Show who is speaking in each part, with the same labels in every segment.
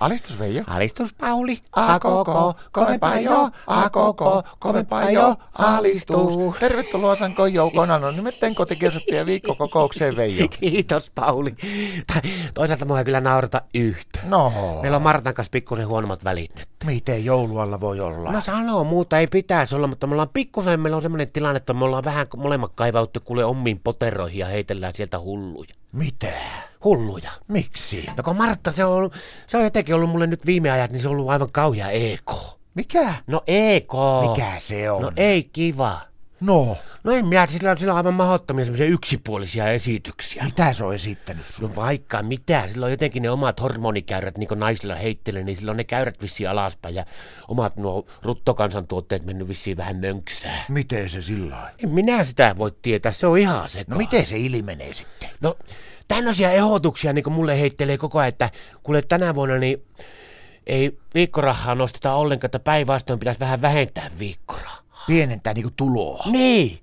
Speaker 1: Alistus Veijo.
Speaker 2: Alistus Pauli.
Speaker 1: A koko, kovempaa jo, a koko, kovempaa jo, alistus. Tervetuloa Sankon joukon anonymitten kotikirjoittajien viikkokokoukseen Veijo.
Speaker 2: Kiitos Pauli. Tai Toisaalta mua ei kyllä naurata yhtä.
Speaker 1: No,
Speaker 2: Meillä on Martan kanssa pikkusen huonommat välit nyt.
Speaker 1: miten joulualla voi olla?
Speaker 2: No sanoo, muuta ei pitäisi olla, mutta me ollaan pikkusen, meillä on semmoinen tilanne, että me ollaan vähän molemmat kaivauttu kuule omiin poteroihin ja heitellään sieltä hulluja.
Speaker 1: Mitä?
Speaker 2: Hulluja.
Speaker 1: Miksi?
Speaker 2: No kun Martta, se on, ollut- se on jotenkin ollut mulle nyt viime ajat, niin se on ollut aivan kauhea EK.
Speaker 1: Mikä?
Speaker 2: No EK.
Speaker 1: Mikä se on?
Speaker 2: No ei kiva.
Speaker 1: No,
Speaker 2: No en minä, sillä on, sillä on aivan mahdottomia semmoisia yksipuolisia esityksiä.
Speaker 1: mitä se on esittänyt sulle?
Speaker 2: No vaikka mitä, sillä on jotenkin ne omat hormonikäyrät, niin kuin naisilla heittelee, niin silloin ne käyrät vissiin alaspäin ja omat nuo ruttokansantuotteet mennyt vissiin vähän mönksää.
Speaker 1: Miten se sillä on?
Speaker 2: En minä sitä voi tietää, se on ihan se.
Speaker 1: No miten se ilmenee sitten?
Speaker 2: No, tämmöisiä ehdotuksia niin mulle heittelee koko ajan, että kuule tänä vuonna niin ei viikkorahaa nosteta ollenkaan, että päinvastoin pitäisi vähän vähentää viikkorahaa.
Speaker 1: Pienentää niinku tuloa.
Speaker 2: Niin,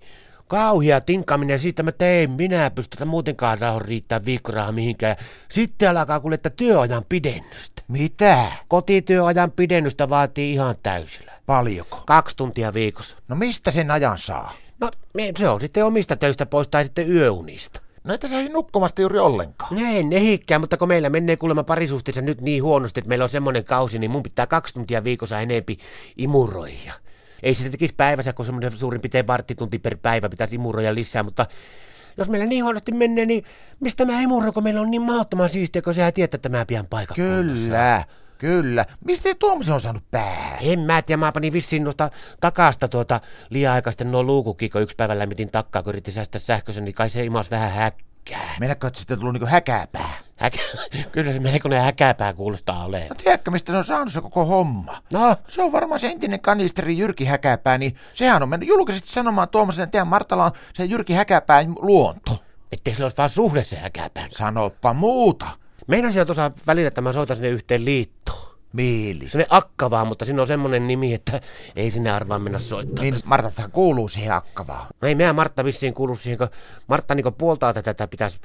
Speaker 2: kauhia tinkaaminen siitä, mä tein, minä pystytä muutenkaan rahoin riittää viikkorahaa mihinkään. Sitten alkaa kuule, että työajan pidennystä.
Speaker 1: Mitä?
Speaker 2: Kotityöajan pidennystä vaatii ihan täysillä.
Speaker 1: Paljonko?
Speaker 2: Kaksi tuntia viikossa.
Speaker 1: No mistä sen ajan saa?
Speaker 2: No, me- se on sitten omista töistä pois tai sitten yöunista.
Speaker 1: No et sä ei nukkumasta juuri ollenkaan.
Speaker 2: No ei nehikkää, mutta kun meillä menee kuulemma parisuhteessa nyt niin huonosti, että meillä on semmoinen kausi, niin mun pitää kaksi tuntia viikossa enempi imuroija. Ei se tekisi päivässä, kun semmoinen suurin piirtein varttitunti per päivä pitäisi imuroja lisää, mutta jos meillä niin huonosti menee, niin mistä mä imuroin, kun meillä on niin mahdottoman siistiä, kun sehän tietää, että mä pian paikan.
Speaker 1: Kyllä, kyllä. Mistä tuommoisen on saanut päähän?
Speaker 2: En mä tiedä, mä panin vissiin noista takasta tuota liian aikaisesti nuo luukukiko yksi päivä lämmitin takkaa, kun yritti säästää sähköisen, niin kai se imas vähän häkkää.
Speaker 1: Meinaatko, että siitä on tullut niinku häkäpää?
Speaker 2: Häkä... Kyllä se melkoinen häkäpää kuulostaa olevan.
Speaker 1: No tiedätkö, mistä se on saanut se koko homma?
Speaker 2: No,
Speaker 1: Se on varmaan se entinen kanisteri Jyrki Häkäpää, niin sehän on mennyt julkisesti sanomaan tuommoisen, että teidän Martala on se Jyrki Häkäpäin luonto.
Speaker 2: ettei sillä olisi vaan suhde se häkäpään.
Speaker 1: Sanoppa muuta.
Speaker 2: Meinasin jo tuossa välillä, että mä soitan sinne yhteen liittoon.
Speaker 1: Miili.
Speaker 2: Sinne akkavaa, mutta siinä on semmonen nimi, että ei sinne arvaa mennä soittaa.
Speaker 1: Niin Martathan kuuluu siihen akkavaan.
Speaker 2: No ei meidän Martta vissiin kuulu siihen, kun Martta niin puoltaa tätä, että pitäisi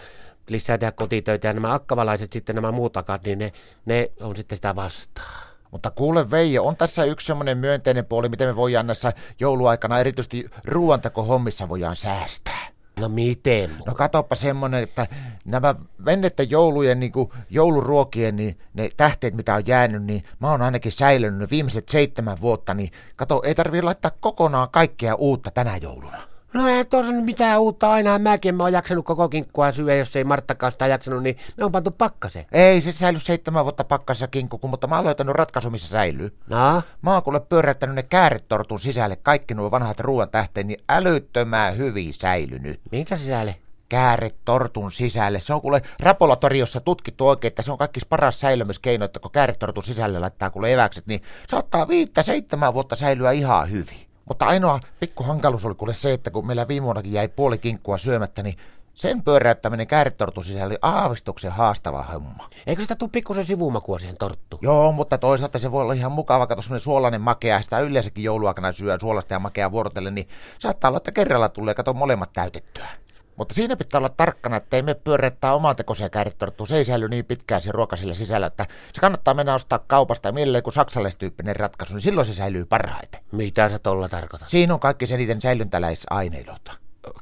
Speaker 2: lisää tehdä kotitöitä ja nämä akkavalaiset sitten nämä muut akat, niin ne, ne on sitten sitä vastaan.
Speaker 1: Mutta kuule Veijo, on tässä yksi semmoinen myönteinen puoli, miten me voidaan näissä jouluaikana erityisesti ruoantakohommissa voidaan säästää.
Speaker 2: No miten? mu-
Speaker 1: No katoppa semmonen, että nämä vennettä joulujen, niin kuin jouluruokien, niin ne tähteet, mitä on jäänyt, niin mä oon ainakin säilynyt ne viimeiset seitsemän vuotta, niin kato, ei tarvii laittaa kokonaan kaikkea uutta tänä jouluna.
Speaker 2: No ei tuossa nyt mitään uutta, aina mäkin mä oon jaksanut koko kinkkua syödä, jos ei Marttakaan sitä jaksanut, niin me on pantu pakkaseen.
Speaker 1: Ei se säily seitsemän vuotta pakkassa kinkku, mutta mä oon löytänyt ratkaisu, missä säilyy.
Speaker 2: No?
Speaker 1: Mä oon kuule pyörättänyt ne kääretortun sisälle kaikki nuo vanhat ruoan tähteet, niin älyttömän hyvin säilynyt.
Speaker 2: Minkä sisälle?
Speaker 1: kääretortun sisälle. Se on kuule rapolatoriossa tutkittu oikein, että se on kaikki paras säilymyskeino, että kun kääretortun sisälle laittaa kuule eväkset, niin saattaa viittä seitsemän vuotta säilyä ihan hyvin. Mutta ainoa pikku hankaluus oli kuule se, että kun meillä viime vuonnakin jäi puoli kinkkua syömättä, niin sen pyöräyttäminen kääretortun sisälle oli aavistuksen haastava homma.
Speaker 2: Eikö sitä tuu pikkusen sivumakua siihen torttuun?
Speaker 1: Joo, mutta toisaalta se voi olla ihan mukava, kato semmoinen suolainen makea, sitä yleensäkin jouluaikana syö suolasta ja makeaa vuorotellen, niin saattaa olla, että kerralla tulee, kato molemmat täytettyä. Mutta siinä pitää olla tarkkana, ettei me pyörittää omaa tekoisia kääritorttua. Se ei säily niin pitkään se ruoka sillä sisällä, että se kannattaa mennä ostaa kaupasta ja mielellään kun saksalaistyyppinen ratkaisu, niin silloin se säilyy parhaiten.
Speaker 2: Mitä sä tolla tarkoitat?
Speaker 1: Siinä on kaikki sen niiden säilyntäläisaineilota.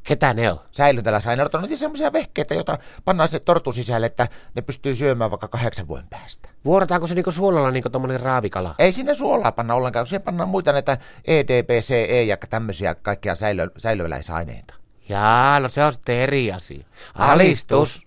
Speaker 2: Ketä ne on?
Speaker 1: Säilyntäläisaineilot on niitä semmoisia vehkeitä, joita pannaan sinne tortun sisälle, että ne pystyy syömään vaikka kahdeksan vuoden päästä.
Speaker 2: Vuorataanko se niinku suolalla niinku tommonen raavikala?
Speaker 1: Ei sinne suolaa panna ollenkaan, kun siihen pannaan muita näitä E EDPCE ja tämmöisiä kaikkia säilö, säilöläisaineita.
Speaker 2: Jaa, no se on sitten eri asia.
Speaker 1: Alistus.